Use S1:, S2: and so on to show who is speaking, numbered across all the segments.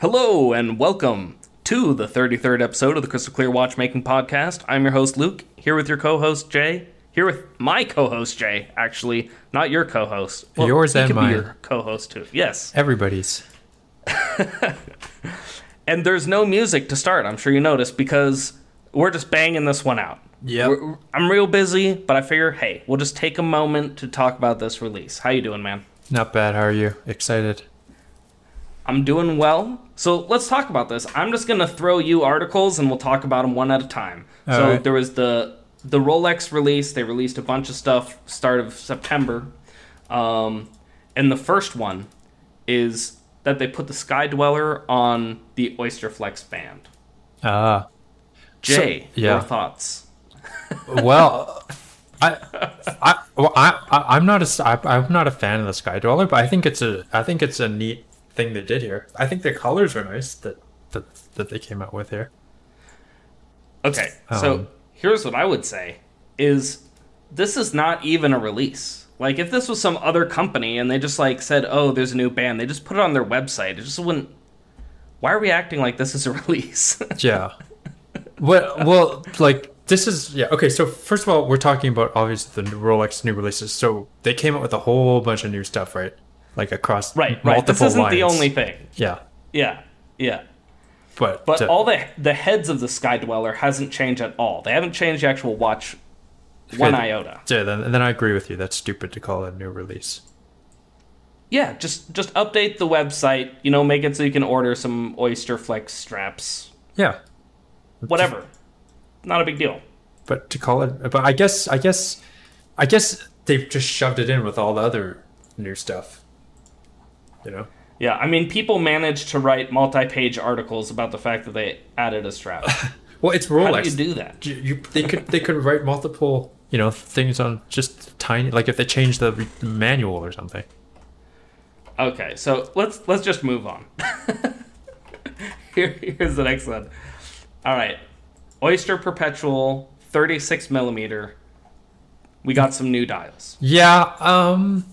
S1: Hello and welcome to the 33rd episode of the Crystal Clear Watchmaking Podcast. I'm your host, Luke, here with your co host, Jay. Here with my co host, Jay, actually, not your co host.
S2: Yours and
S1: could
S2: mine.
S1: Be your co host, too. Yes.
S2: Everybody's.
S1: And there's no music to start, I'm sure you noticed, because we're just banging this one out.
S2: Yep.
S1: We're- I'm real busy, but I figure, hey, we'll just take a moment to talk about this release. How you doing, man?
S2: Not bad. How are you? Excited?
S1: I'm doing well. So let's talk about this. I'm just gonna throw you articles, and we'll talk about them one at a time.
S2: All
S1: so
S2: right.
S1: there was the the Rolex release. They released a bunch of stuff start of September, um, and the first one is that they put the Sky Dweller on the Oysterflex band.
S2: Ah.
S1: Jay,
S2: yeah.
S1: your thoughts?
S2: Well, I, I, well, I, I, I'm not a, s- I, I'm not a fan of the Sky Dweller, but I think it's a, I think it's a neat thing they did here. I think the colors are nice that that, that they came out with here.
S1: Okay, so
S2: Um,
S1: here's what I would say is this is not even a release. Like if this was some other company and they just like said, "Oh, there's a new band." They just put it on their website. It just wouldn't Why are we acting like this is a release?
S2: Yeah. well, well, like this is yeah okay. So first of all, we're talking about obviously the new Rolex new releases. So they came out with a whole bunch of new stuff, right? Like across
S1: right,
S2: multiple
S1: right. This isn't the
S2: lines.
S1: only thing.
S2: Yeah,
S1: Yeah. Yeah.
S2: but
S1: But
S2: uh,
S1: all the the heads of the Sky Dweller hasn't changed at all. They haven't changed the actual watch one
S2: Okay.
S1: iota.
S2: Yeah, then, then I agree with you. That's stupid to call it a new release.
S1: Yeah, just just update the website, you know, make it so you can order some Oyster Flex straps,
S2: Yeah,
S1: whatever. Not a big deal.
S2: but to call it, but I guess, I guess, I guess they've just shoved it in with all the other new stuff. You know?
S1: Yeah, I mean, people manage to write multi-page articles about the fact that they added a strap.
S2: Well, it's
S1: How
S2: Rolex.
S1: do you do that?
S2: You- you- they could they could write multiple you know things on just tiny like if they change the re- manual or something.
S1: Okay, so let's let's just move on. Here, here's the next one. All right, Oyster Perpetual 36 millimeter. We got some new dials.
S2: Yeah. Um.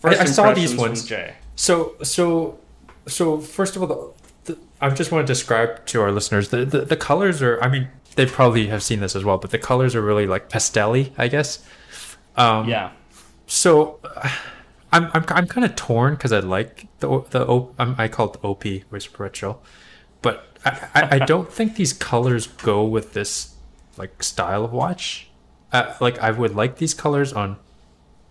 S1: First
S2: I saw these
S1: impressions from
S2: ones.
S1: Jay.
S2: So so so first of all, the, the, I just want to describe to our listeners the, the the colors are. I mean, they probably have seen this as well, but the colors are really like pastelly, I guess. Um,
S1: Yeah,
S2: So, uh, I'm I'm I'm kind of torn because I like the O- the o, I'm, I call it the OP which is perpetual, but I, I, I don't think these colors go with this like style of watch. Uh, like I would like these colors on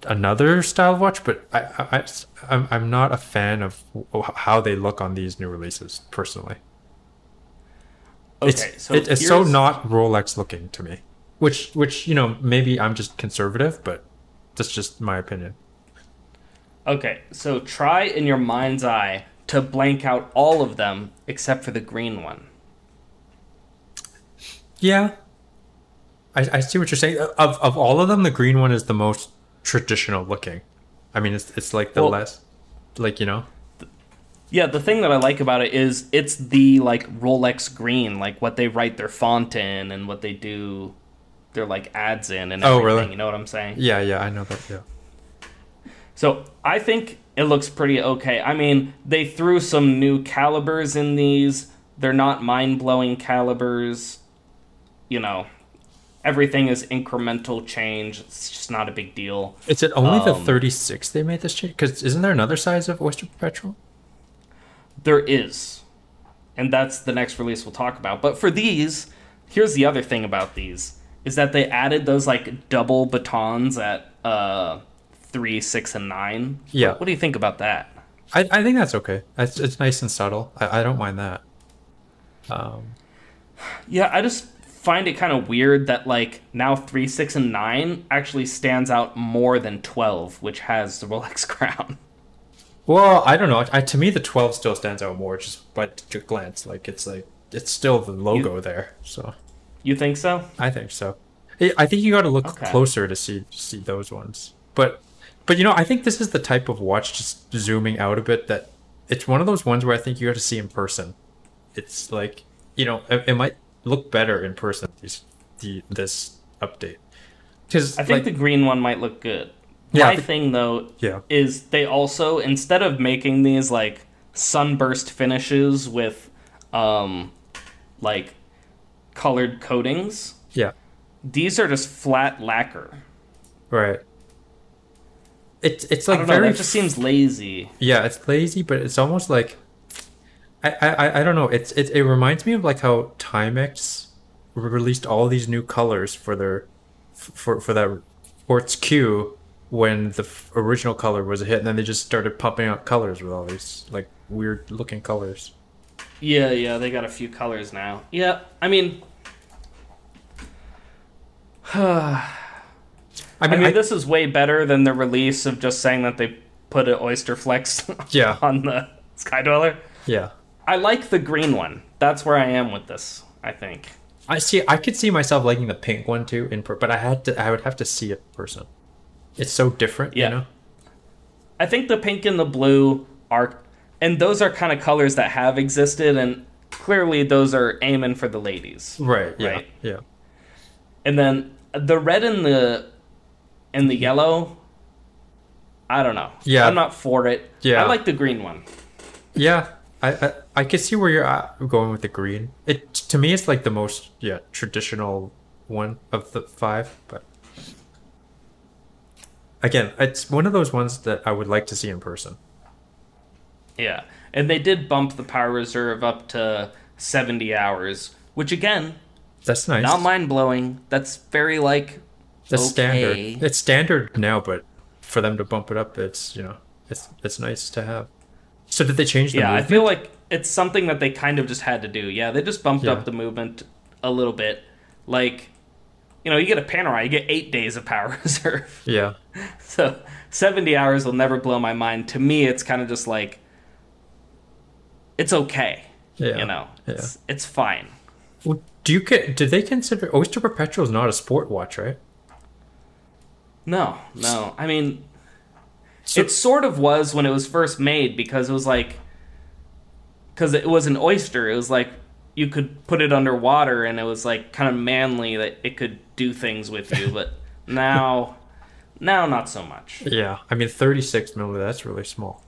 S2: another style of watch, but I, I I s- I'm I'm not a fan of w- how they look on these new releases personally.
S1: Okay,
S2: it's,
S1: so
S2: it- it's so
S1: here's-
S2: not Rolex looking to me, which which you know maybe I'm just conservative, but that's just my opinion.
S1: Okay, so try in your mind's eye to blank out all of them except for the green one.
S2: Yeah. I, I see what you're saying. Uh, Of of all of them, the green one is the most traditional looking. I mean, it's it's like the
S1: Well-
S2: less, like you know.
S1: Yeah, the thing that I like about it is it's the like Rolex green, like what they write their font in and what they do their like ads in and
S2: Oh,
S1: everything.
S2: really?
S1: You know what I'm saying?
S2: Yeah, yeah, I know that. Yeah.
S1: So I think it looks pretty okay. I mean, they threw some new calibers in these. They're not mind blowing calibers. You know, everything is incremental change. It's just not a big deal.
S2: Is it only the
S1: Um,
S2: 36 they made this change? Because isn't there another size of Oyster Perpetual?
S1: There is. And that's the next release we'll talk about. But for these, here's the other thing about these is that they added those like double batons at uh 3, 6 and 9.
S2: Yeah.
S1: What, what do you think about that?
S2: I, I think that's okay. It's, it's nice and subtle. I, I don't mind that. Um,
S1: Yeah, I just find it kind of weird that like now 3, 6 and 9 actually stands out more than 12, which has the Rolex crown.
S2: well, I don't know. I, to me, the 12 still stands out more just by t- glance. Like it's like it's still the logo there. So.
S1: You think so?
S2: I think so. I I think you got to look
S1: Okay.
S2: closer to see see those ones. But but you know, I think this is the type of watch just zooming out a bit that it's one of those ones where I think you got to see in person. It's like you know, it, it might look better in person. These the this update because
S1: I think the green one might look good.
S2: Yeah,
S1: My
S2: the-
S1: thing though
S2: yeah
S1: is they also instead of making these like sunburst finishes with um, like colored coatings.
S2: Yeah.
S1: These are just flat lacquer.
S2: Right. It's it's
S1: I
S2: like
S1: don't know.
S2: very
S1: That just seems lazy.
S2: yeah, it's lazy, but it's almost like I I, I- I don't know. It's it, it reminds me of like how Timex re- released all these new colors for their f- for for that for its Q when the f- original color was a hit, and then they just started pumping out colors with all these like weird looking colors.
S1: Yeah, yeah, they got a few colors now. Yeah, I mean,
S2: I
S1: I
S2: mean,
S1: mean,
S2: I-
S1: this is way better than the release of just saying that they put an oyster flex
S2: yeah,
S1: on the Sky Dweller.
S2: yeah.
S1: I like the green one. That's where I am with this. I think.
S2: I see. I could see myself liking the pink one too, in per- but I had to. I would have to see it in person. It's so different,
S1: Yeah.
S2: you know.
S1: I think the pink and the blue are, and those are kind of colors that have existed, and clearly those are aiming for the ladies.
S2: Right. Yeah.
S1: Right.
S2: Yeah.
S1: And then the red and the and the yellow. I don't know.
S2: Yeah.
S1: I'm not for it.
S2: Yeah.
S1: I like the green one.
S2: Yeah, I I, I could see where you're at going with the green. It to me, it's like the most yeah traditional one of the five. But again, it's one of those ones that I would like to see in person.
S1: Yeah. And they did bump the power reserve up to 70 hours, which again,
S2: That's nice.
S1: not mind blowing. That's very like
S2: That's
S1: okay.
S2: standard. It's standard now, but for them to bump it up, it's you know, it's it's nice to have. So did they change the
S1: yeah, I
S2: movement?
S1: feel like it's something that they kind of just had to do. Yeah, they just bumped
S2: Yeah.
S1: up the movement a little bit. Like, you know, you get a Panerai, you get eight days of power reserve.
S2: yeah,
S1: So 70 hours will never blow my mind. To me, it's kind of just like, it's okay.
S2: yeah.
S1: You know,
S2: yeah.
S1: it's, it's fine.
S2: Well, do you get? Do they consider Oyster Perpetual is not a sport watch, right?
S1: No, no. I mean,
S2: So-
S1: it sort of was when it was first made because it was like, because it was an oyster. It was like you could put it underwater and it was like kind of manly that it could do things with you. But now, now not so much.
S2: Yeah, I mean, thirty-six milliliter. That's really small.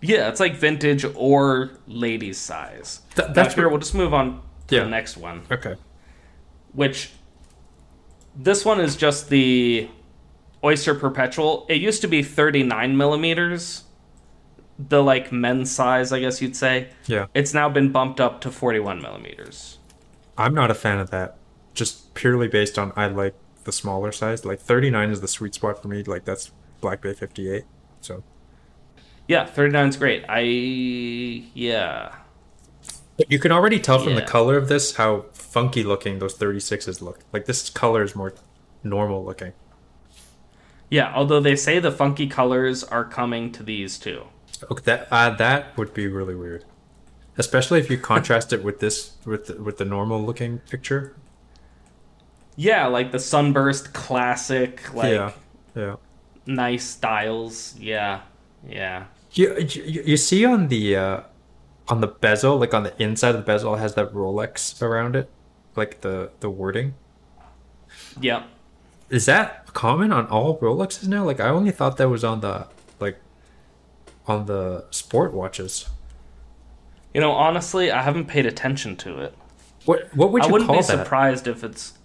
S1: Yeah, it's like vintage or ladies size.
S2: Th-
S1: that's
S2: that's
S1: where
S2: what-
S1: we'll just move on to
S2: Yeah.
S1: the next one,
S2: Okay.
S1: which this one is just the oyster perpetual. It used to be 39 millimeters. the like men's size, I guess you'd say.
S2: Yeah.
S1: It's now been bumped up to 41 millimeters.
S2: I'm not a fan of that. Just purely based on I like the smaller size. Like 39 is the sweet spot for me. Like that's Black Bay 58. So.
S1: Yeah, 39's great. I yeah.
S2: But you can already tell from the
S1: Yeah.
S2: color of this how funky looking those 36s look. Like this color is more normal looking.
S1: Yeah, although they say the funky colors are coming to these too.
S2: Okay, that uh, that would be really weird. Especially if you contrast it with this with the, with the normal looking picture.
S1: Yeah, like the sunburst classic like
S2: yeah. Yeah.
S1: nice styles. Yeah. Yeah.
S2: You, you you see on the uh, on the bezel, like on the inside of the bezel, it has that Rolex around it, like the the wording.
S1: Yep.
S2: Is that common on all Rolexes now? Like I only thought that was on the like on the sport watches.
S1: You know, honestly, I haven't paid attention to it.
S2: What what would you
S1: I wouldn't
S2: call
S1: be
S2: that?
S1: surprised if it's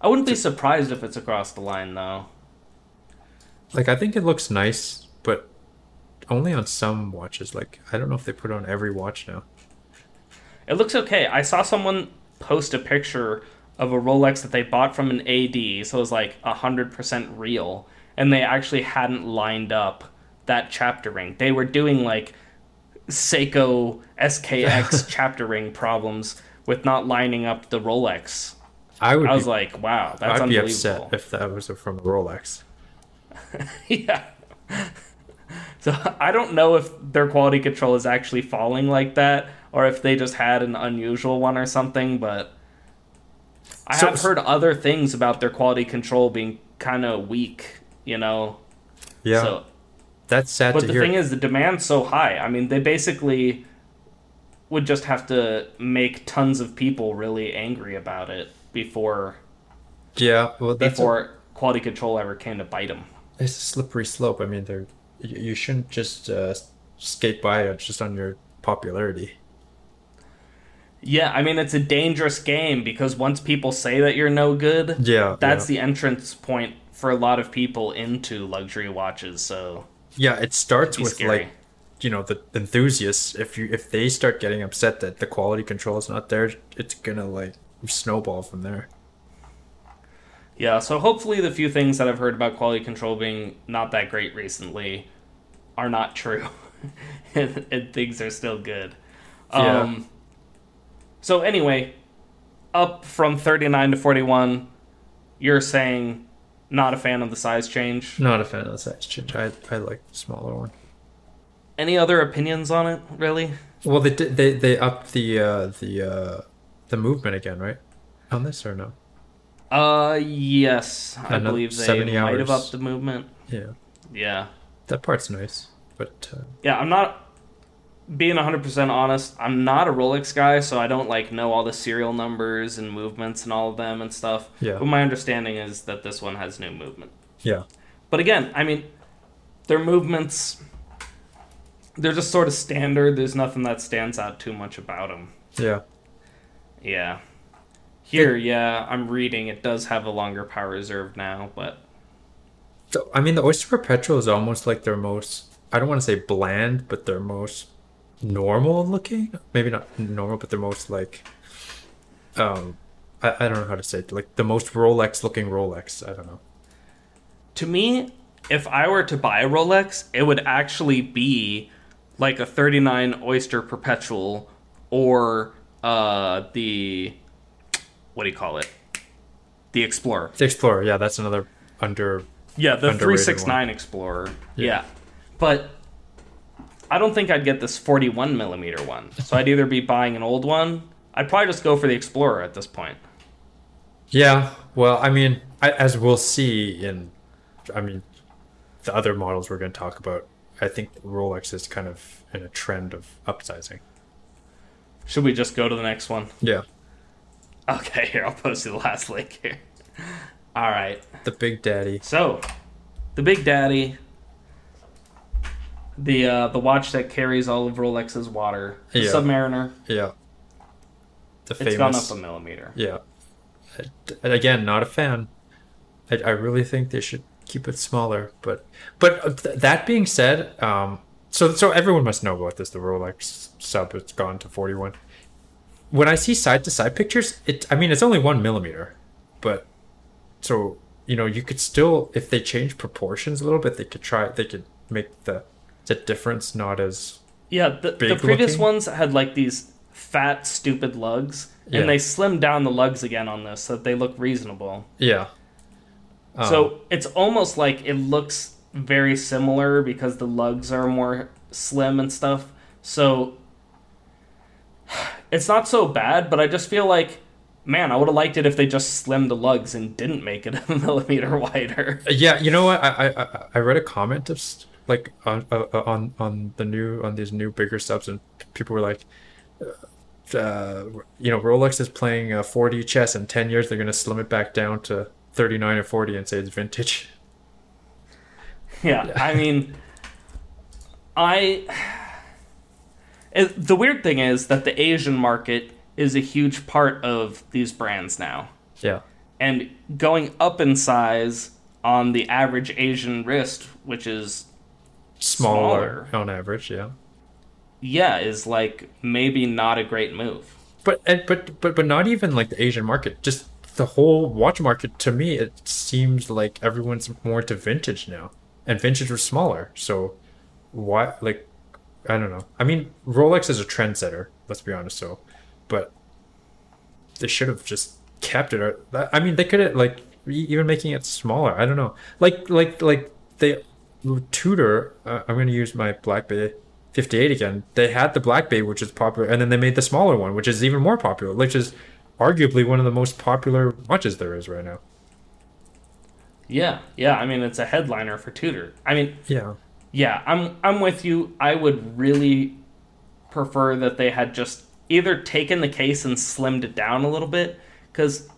S1: I wouldn't be surprised if it's across the line though.
S2: Like I think it looks nice, but only on some watches. Like I don't know if they put it on every watch now.
S1: It looks okay. I saw someone post a picture of a Rolex that they bought from an AD, so it was like 100% real, and they actually hadn't lined up that chapter ring. They were doing like Seiko SKX chapter ring problems with not lining up the Rolex.
S2: I would
S1: I was
S2: be,
S1: like, wow, that's
S2: I'd be upset
S1: unbelievable.
S2: if that was from a Rolex.
S1: yeah. So I don't know if their quality control is actually falling like that, or if they just had an unusual one or something. But I
S2: So-
S1: have heard other things about their quality control being kind of weak. You know.
S2: Yeah,
S1: So,
S2: that's sad
S1: but
S2: to
S1: the
S2: hear.
S1: thing is, the demand's so high. I mean, they basically would just have to make tons of people really angry about it before
S2: yeah, well, that's a-
S1: before quality control ever came to bite them.
S2: it's a slippery slope. I mean, they're you, you shouldn't just uh, skate by just on your popularity.
S1: Yeah, I mean it's a dangerous game because once people say that you're no good,
S2: Yeah,
S1: that's
S2: yeah.
S1: the entrance point for a lot of people into luxury watches. So
S2: yeah. It
S1: It'd
S2: starts
S1: be
S2: with
S1: scary.
S2: like, you know, the enthusiasts. If you if they start getting upset that the quality control is not there, it's gonna like snowball from there.
S1: yeah, so hopefully the few things that I've heard about quality control being not that great recently are not true, and, and things are still good.
S2: Yeah.
S1: Um, so anyway, up from thirty nine to forty one, you're saying not a fan of the size change.
S2: Not a fan of the size change. I I like the smaller one.
S1: Any other opinions on it, really?
S2: Well, they did, they they upped the uh, the uh, the movement again, right? On this or no?
S1: Uh, yes. I
S2: Another
S1: believe they
S2: 70
S1: might have
S2: hours.
S1: upped the movement.
S2: Yeah,
S1: Yeah.
S2: that part's nice, but uh,
S1: Yeah, I'm not. Being 100% honest, I'm not a Rolex guy, so I don't, like, know all the serial numbers and movements and all of them and stuff.
S2: Yeah.
S1: But my understanding is that this one has new movement.
S2: yeah,
S1: But again, I mean, their movements. They're just sort of standard. There's nothing that stands out too much about them.
S2: yeah,
S1: Yeah. Here, yeah, I'm reading. It does have a longer power reserve now, but
S2: So, I mean, the Oyster Perpetual is almost like their most, I don't want to say bland, but their most normal looking. Maybe not normal, but their most like, um, I, I don't know how to say it. Like the most Rolex looking Rolex. I don't know.
S1: to me, if I were to buy a Rolex, it would actually be like a 39 Oyster Perpetual or uh the what do you call it? The Explorer.
S2: The Explorer, yeah, that's another under.
S1: Yeah, the
S2: Underrated
S1: 369 Explorer. Yeah. But I don't think I'd get this 41 millimeter one. So I'd either be buying an old one. I'd probably just go for the Explorer at this point.
S2: Yeah, well, I mean, I, as we'll see in, I mean, the other models we're going to talk about, I think Rolex is kind of in a trend of upsizing.
S1: Should we just go to the next one?
S2: Yeah.
S1: Okay, here, I'll post you the last link here. All right.
S2: The Big Daddy.
S1: So, the Big Daddy, the uh, the watch that carries all of Rolex's water, the
S2: Yeah.
S1: Submariner,
S2: Yeah. The
S1: it's gone up a millimeter.
S2: Yeah. And again, not a fan. I, I really think they should keep it smaller. But but th- that being said, um, so so everyone must know about this. The Rolex sub it's gone to forty one. When I see side to side pictures, it I mean it's only one millimeter, but so you know you could still if they change proportions a little bit, they could try they could make the the difference not as
S1: Yeah, the, the
S2: Big
S1: previous
S2: looking?
S1: ones had like these fat, stupid lugs,
S2: Yeah.
S1: and they slimmed down the lugs again on this so that they look reasonable.
S2: yeah. Um,
S1: So it's almost like it looks very similar because the lugs are more slim and stuff. So it's not so bad, but I just feel like, man, I would have liked it if they just slimmed the lugs and didn't make it a millimeter wider.
S2: Yeah, you know what? I I- I I read a comment of s- like on uh, on on the new on these new bigger subs, and p- people were like, uh, you know, Rolex is playing uh, 4D chess. In 10 years, they're gonna slim it back down to 39 or 40 and say it's vintage.
S1: Yeah, I mean, I. It, the weird thing is that the Asian market is a huge part of these brands now.
S2: Yeah,
S1: and going up in size on the average Asian wrist, which is
S2: smaller,
S1: Smaller.
S2: on average. Yeah,
S1: yeah, is like maybe not a great move.
S2: but and, but but but not even like the Asian market. Just the whole watch market. To me, it seems like everyone's more to vintage now, and vintage was smaller. So why like I don't know. I mean, Rolex is a trendsetter. Let's be honest. So, but they should have just kept it. Or I mean, they could have like e- even making it smaller. I don't know. Like like like they Tudor. Uh, I'm gonna use my Black Bay 58 again. They had the Black Bay, which is popular, and then they made the smaller one, which is even more popular, which is arguably one of the most popular watches there is right now.
S1: Yeah, yeah. I mean, it's a headliner for Tudor. I mean,
S2: Yeah.
S1: yeah, I'm I'm with you. I would really prefer that they had just either taken the case and slimmed it down a little bit, because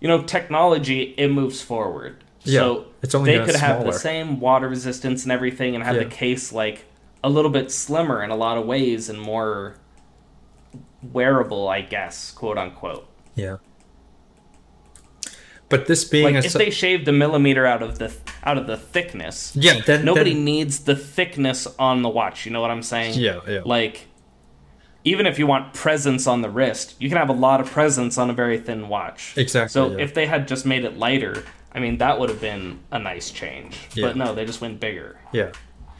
S1: you know technology it moves forward.
S2: Yeah,
S1: so
S2: it's only
S1: they
S2: gonna
S1: could have the
S2: smaller.
S1: same water resistance and everything, and have
S2: Yeah.
S1: the case like a little bit slimmer in a lot of ways and more wearable, I guess, quote unquote.
S2: Yeah. But this being
S1: Like
S2: a
S1: if
S2: su-
S1: they shaved a millimeter out of the out of the thickness,
S2: yeah, then
S1: nobody
S2: then-
S1: needs the thickness on the watch. You know what I'm saying?
S2: yeah, yeah.
S1: Like, even if you want presence on the wrist, you can have a lot of presence on a very thin watch.
S2: Exactly,
S1: So
S2: yeah.
S1: if they had just made it lighter, I mean, that would have been a nice change.
S2: Yeah.
S1: But no, they just went bigger.
S2: yeah.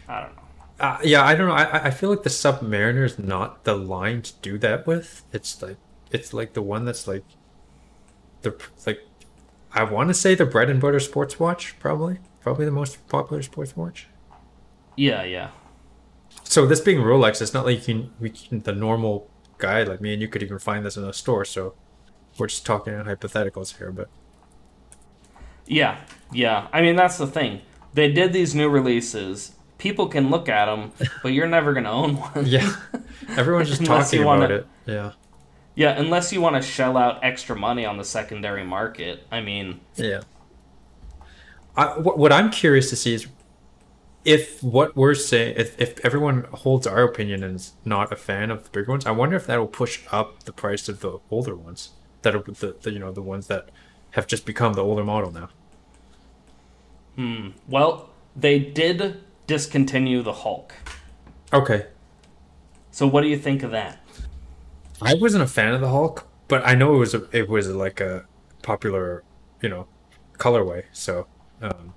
S1: I don't know.
S2: Uh, yeah, I don't know. I, I- I feel like the Submariner is not the line to do that with. It's like it's like the one that's like the like I want to say the bread and butter sports watch, probably probably the most popular sports watch.
S1: Yeah, yeah.
S2: So this being Rolex, it's not like you can we can, the normal guy like me and you could even find this in a store. So we're just talking in hypotheticals here, but
S1: Yeah, yeah. I mean, that's the thing. They did these new releases. People can look at them, but you're never going to own one.
S2: yeah, everyone's just
S1: Unless
S2: talking
S1: you
S2: about
S1: wanna-
S2: it. Yeah,
S1: Yeah, unless you want to shell out extra money on the secondary market. I mean,
S2: yeah. I, what, what I'm curious to see is if what we're saying, if, if everyone holds our opinion and is not a fan of the bigger ones, I wonder if that will push up the price of the older ones that are the, the you know the ones that have just become the older model now.
S1: well, they did discontinue the Hulk.
S2: Okay,
S1: So what do you think of that?
S2: I wasn't a fan of the Hulk, but I know it was a, it was like a popular, you know, colorway. So, um,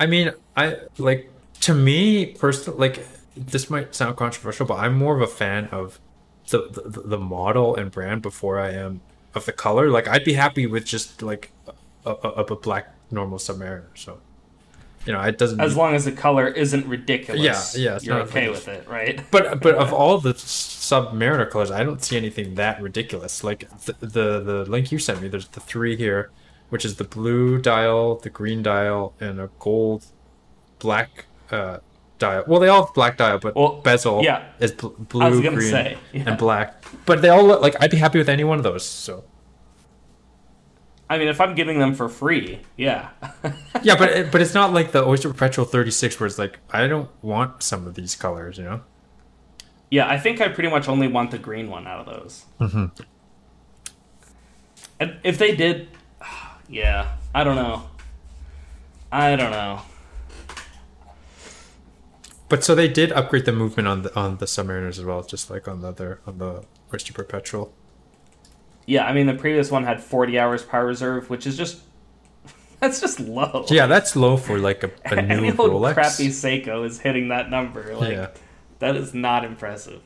S2: I mean, I like to me personally, like this might sound controversial, but I'm more of a fan of the, the the model and brand before I am of the color. Like, I'd be happy with just like a, a, a black normal Submariner. So, you know, it doesn't.
S1: As long as the color isn't ridiculous,
S2: Mm-hmm. Yeah, yeah, it's
S1: you're
S2: not
S1: okay
S2: ridiculous.
S1: with it, right?
S2: But but of all the Submariner colors, I don't see anything that ridiculous. Like the the, the link you sent me, there's the three here, which is the blue dial, the green dial, and a gold, black uh, dial. Well, they all have black dial, but
S1: Well,
S2: bezel
S1: yeah.
S2: is bl- blue,
S1: was gonna
S2: green,
S1: say, yeah.
S2: and black. But they all look like I'd be happy with any one of those. So
S1: I mean, if I'm giving them for free, yeah,
S2: yeah, but it- but it's not like the Oyster Perpetual 36, where it's like I don't want some of these colors. You know?
S1: yeah. I think I pretty much only want the green one out of those. Mm-hmm. And if they did, yeah, I don't know. I don't know.
S2: But so they did upgrade the movement on the on the submariners as well, just like on the other on the Oyster Perpetual.
S1: Yeah, I mean, the previous one had 40 hours power reserve, which is just that's just low.
S2: Yeah, that's low for like a, a
S1: Any
S2: new
S1: old
S2: Rolex.
S1: crappy Seiko is hitting that number. Like,
S2: yeah,
S1: that is not impressive.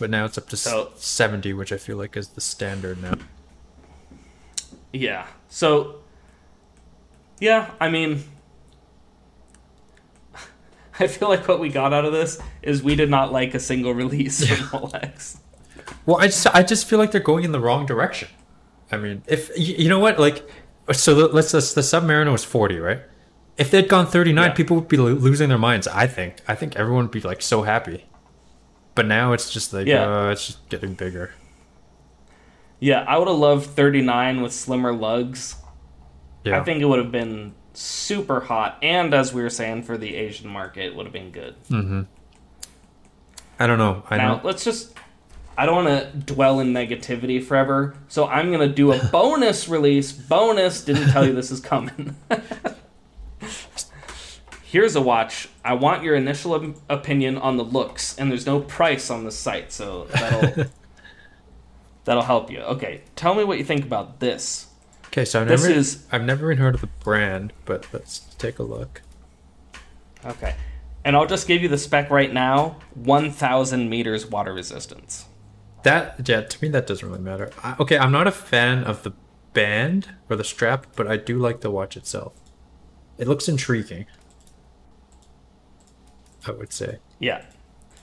S2: but now it's up to s-
S1: So-
S2: seventy, which I feel like is the standard now.
S1: Yeah. So, yeah, I mean, I feel like what we got out of this is we did not like a single release from Rolex.
S2: Well, I just I just feel like they're going in the wrong direction. I mean, if you, you know what, like, so the, let's, let's the submariner was forty, right? If they'd gone thirty nine,
S1: Yeah.
S2: people would be lo- losing their minds. I think I think everyone would be like so happy. But now it's just like
S1: Yeah.
S2: uh, it's just getting bigger.
S1: Yeah, I would have loved 39 with slimmer lugs.
S2: Yeah,
S1: I think it would have been super hot, and as we were saying, for the Asian market, it would have been good.
S2: I don't know. I
S1: Now,
S2: know.
S1: let's just. I don't want to dwell in negativity forever, so I'm going to do a bonus release. Bonus! Didn't tell you this is coming. Here's a watch. I want your initial op- opinion on the looks, and there's no price on the site, so that'll. That'll help you. Okay, tell me what you think about this.
S2: Okay, so I've
S1: This
S2: never
S1: is-
S2: I've never even heard of the brand, but let's take a look.
S1: Okay. And I'll just give you the spec right now 1,000 meters water resistance.
S2: That yeah, to me that doesn't really matter. I, okay, I'm not a fan of the band or the strap, but I do like the watch itself. It looks intriguing. I would say.
S1: Yeah.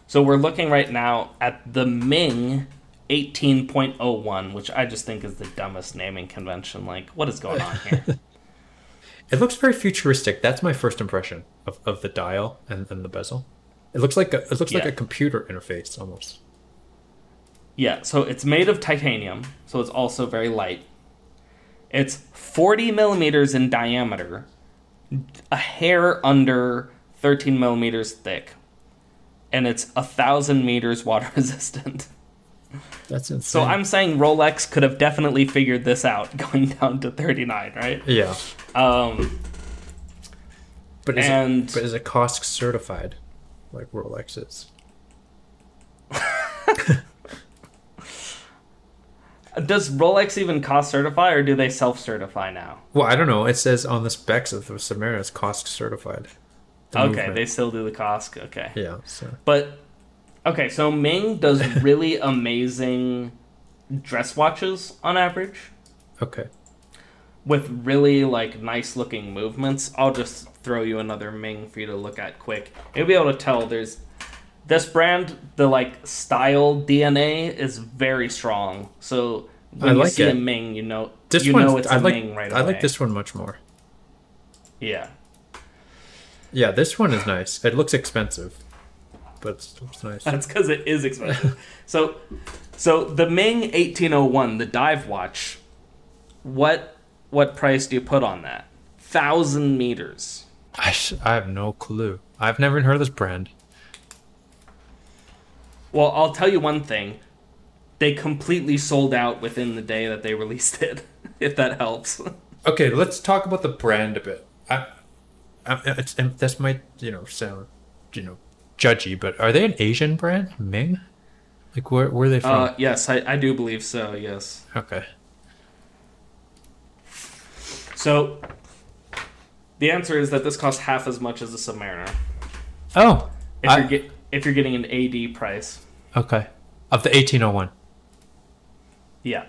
S1: So we're looking right now at the Ming 18.01, which I just think is the dumbest naming convention. Like, what is going on here?
S2: It looks very futuristic. That's my first impression of, of the dial and, and the bezel. It looks like a, it looks like
S1: Yeah.
S2: a computer interface almost.
S1: yeah, so it's made of titanium, so it's also very light. It's 40 millimeters in diameter, a hair under 13 millimeters thick. and it's a thousand meters water resistant.
S2: That's insane.
S1: So I'm saying Rolex could have definitely figured this out going down to 39, right?
S2: yeah,
S1: Um,
S2: but is
S1: And-
S2: it, but is it cost certified, like Rolex is?
S1: does Rolex even cost certify or do they self certify now?
S2: Well, I don't know. It says on the specs of the Samara it's cost certified. The
S1: okay,
S2: movement.
S1: they still do the cost. Okay.
S2: yeah. So
S1: But okay, so Ming does really amazing dress watches on average
S2: okay,
S1: with really like nice looking movements. I'll just throw you another Ming for you to look at quick. You'll be able to tell there's this brand, the like style DNA is very strong. So when
S2: I
S1: you
S2: like
S1: see a
S2: it.
S1: Ming, you know
S2: this
S1: you
S2: one
S1: know it's a
S2: I like.
S1: Ming right
S2: I like
S1: away.
S2: this one much more.
S1: Yeah.
S2: Yeah, this one is nice. It looks expensive, but it's, it's nice.
S1: That's because it is expensive. so, so the Ming 1801, the dive watch, what what price do you put on that? Thousand meters.
S2: I, sh- I have no clue. I've never even heard of this brand.
S1: Well, I'll tell you one thing. They completely sold out within the day that they released it. If that helps.
S2: Okay, let's talk about the brand a bit. I, I, it's, and this might you know sound you know judgy, but are they an Asian brand? Ming? Like where where are they from?
S1: Uh, yes, I, I do believe so. Yes.
S2: okay.
S1: So, the answer is that this costs half as much as a Submariner.
S2: Oh,
S1: If
S2: I-
S1: you're get, if you're getting an AD price,
S2: okay. Of the eighteen oh one.
S1: yeah.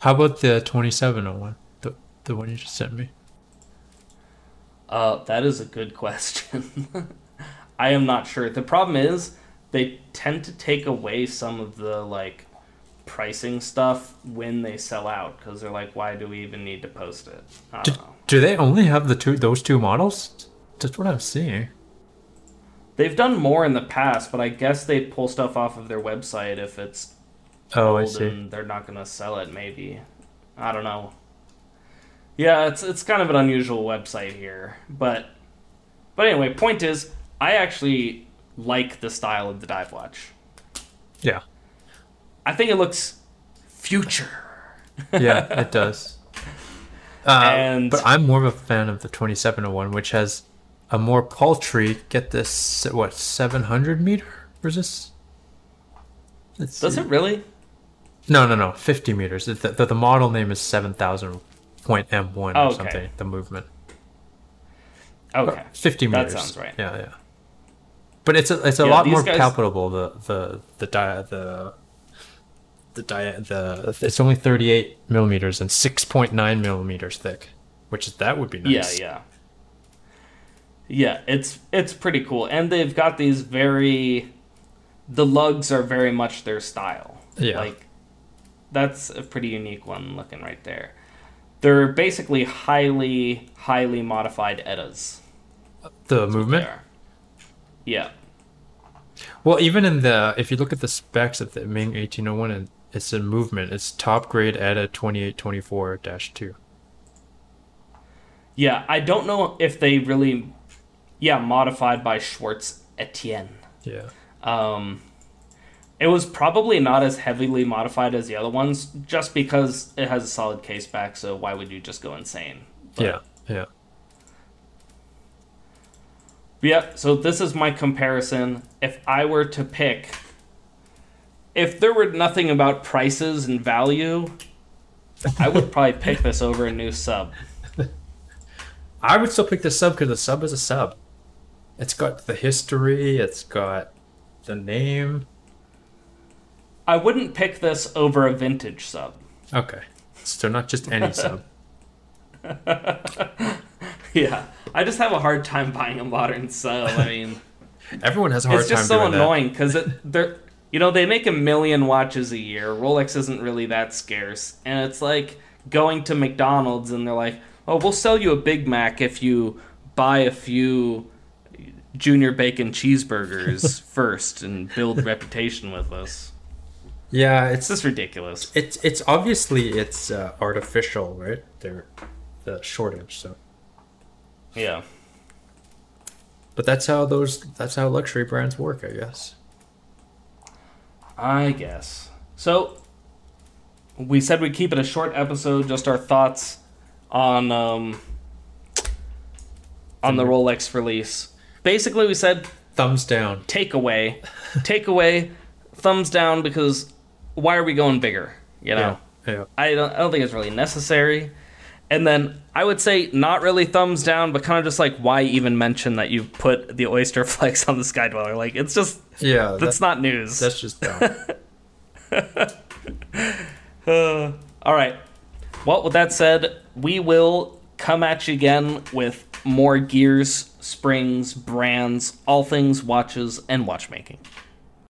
S2: How about the 2701? The, the one you just sent me?
S1: Uh, that is a good question. I am not sure. The problem is they tend to take away some of the like pricing stuff when they sell out because they're like, why do we even need to post it? I
S2: Do,
S1: don't know.
S2: do they only have the two those two models? That's what I'm seeing.
S1: They've done more in the past, but I guess they pull stuff off of their website if it's
S2: Oh, I
S1: old
S2: see.
S1: and they're not gonna sell it. Maybe I don't know. Yeah, it's it's kind of an unusual website here, but but anyway, point is, I actually like the style of the dive watch.
S2: Yeah.
S1: I think it looks future.
S2: Yeah, it does. Uh,
S1: And-
S2: but I'm more of a fan of the 2701, which has a more paltry, get this, what, 700 meter resist? Let's
S1: Does
S2: see.
S1: it really?
S2: No, no, no. 50 meters. The, the, the model name is 7000.m1 or
S1: Oh, Okay.
S2: something, the movement.
S1: Okay.
S2: 50
S1: That
S2: meters.
S1: sounds right.
S2: Yeah, yeah. But it's a, it's a
S1: Yeah,
S2: lot
S1: these
S2: more
S1: guys-
S2: palpable. The the the di- the the di- the it's only 38 millimeters and 6.9 millimeters thick, which is that would be nice.
S1: Yeah, yeah. Yeah, it's it's pretty cool. And they've got these very the lugs are very much their style.
S2: Yeah.
S1: Like that's a pretty unique one looking right there. They're basically highly highly modified Eddas.
S2: The movement.
S1: There. Yeah.
S2: Well, even in the if you look at the specs of the Ming 1801 and it's a movement, it's top grade at a 2824-2.
S1: Yeah, I don't know if they really yeah, modified by Schwartz Etienne.
S2: Yeah.
S1: Um, it was probably not as heavily modified as the other ones, just because it has a solid case back. So why would you just go insane?
S2: yeah. Yeah.
S1: But yeah. So this is my comparison. If I were to pick, if there were nothing about prices and value, I would probably pick this over a new sub.
S2: I would still pick the sub because the sub is a sub. It's got the history. It's got the name.
S1: I wouldn't pick this over a vintage sub.
S2: Okay, so not just any sub.
S1: Yeah, I just have a hard time buying a modern sub. I mean.
S2: Everyone has a hard
S1: it's just
S2: time
S1: so
S2: doing
S1: annoying because they're you know they make a million watches a year rolex isn't really that scarce and it's like going to mcdonald's and they're like oh we'll sell you a big mac if you buy a few junior bacon cheeseburgers first and build reputation with us
S2: that. Yeah,
S1: it's
S2: it's
S1: just ridiculous
S2: it's it's obviously it's uh, artificial, right? They're the shortage. So,
S1: yeah
S2: but that's how those that's how luxury brands work, I guess.
S1: I guess. So, we said we'd keep it a short episode, just our thoughts on um, on the Rolex release. Basically, we said
S2: Thumbs down.
S1: takeaway, takeaway, thumbs down because why are we going bigger? You know,
S2: Yeah. yeah.
S1: I don't, I don't think it's really necessary. And then I would say not really thumbs down, but kind of just like why even mention that you've put the oyster flex on the sky dweller? Like it's just
S2: Yeah,
S1: that's
S2: that-
S1: not news.
S2: that's just down.
S1: Uh, all right. Well, with that said, we will come at you again with more gears, springs, brands, all things watches and watchmaking.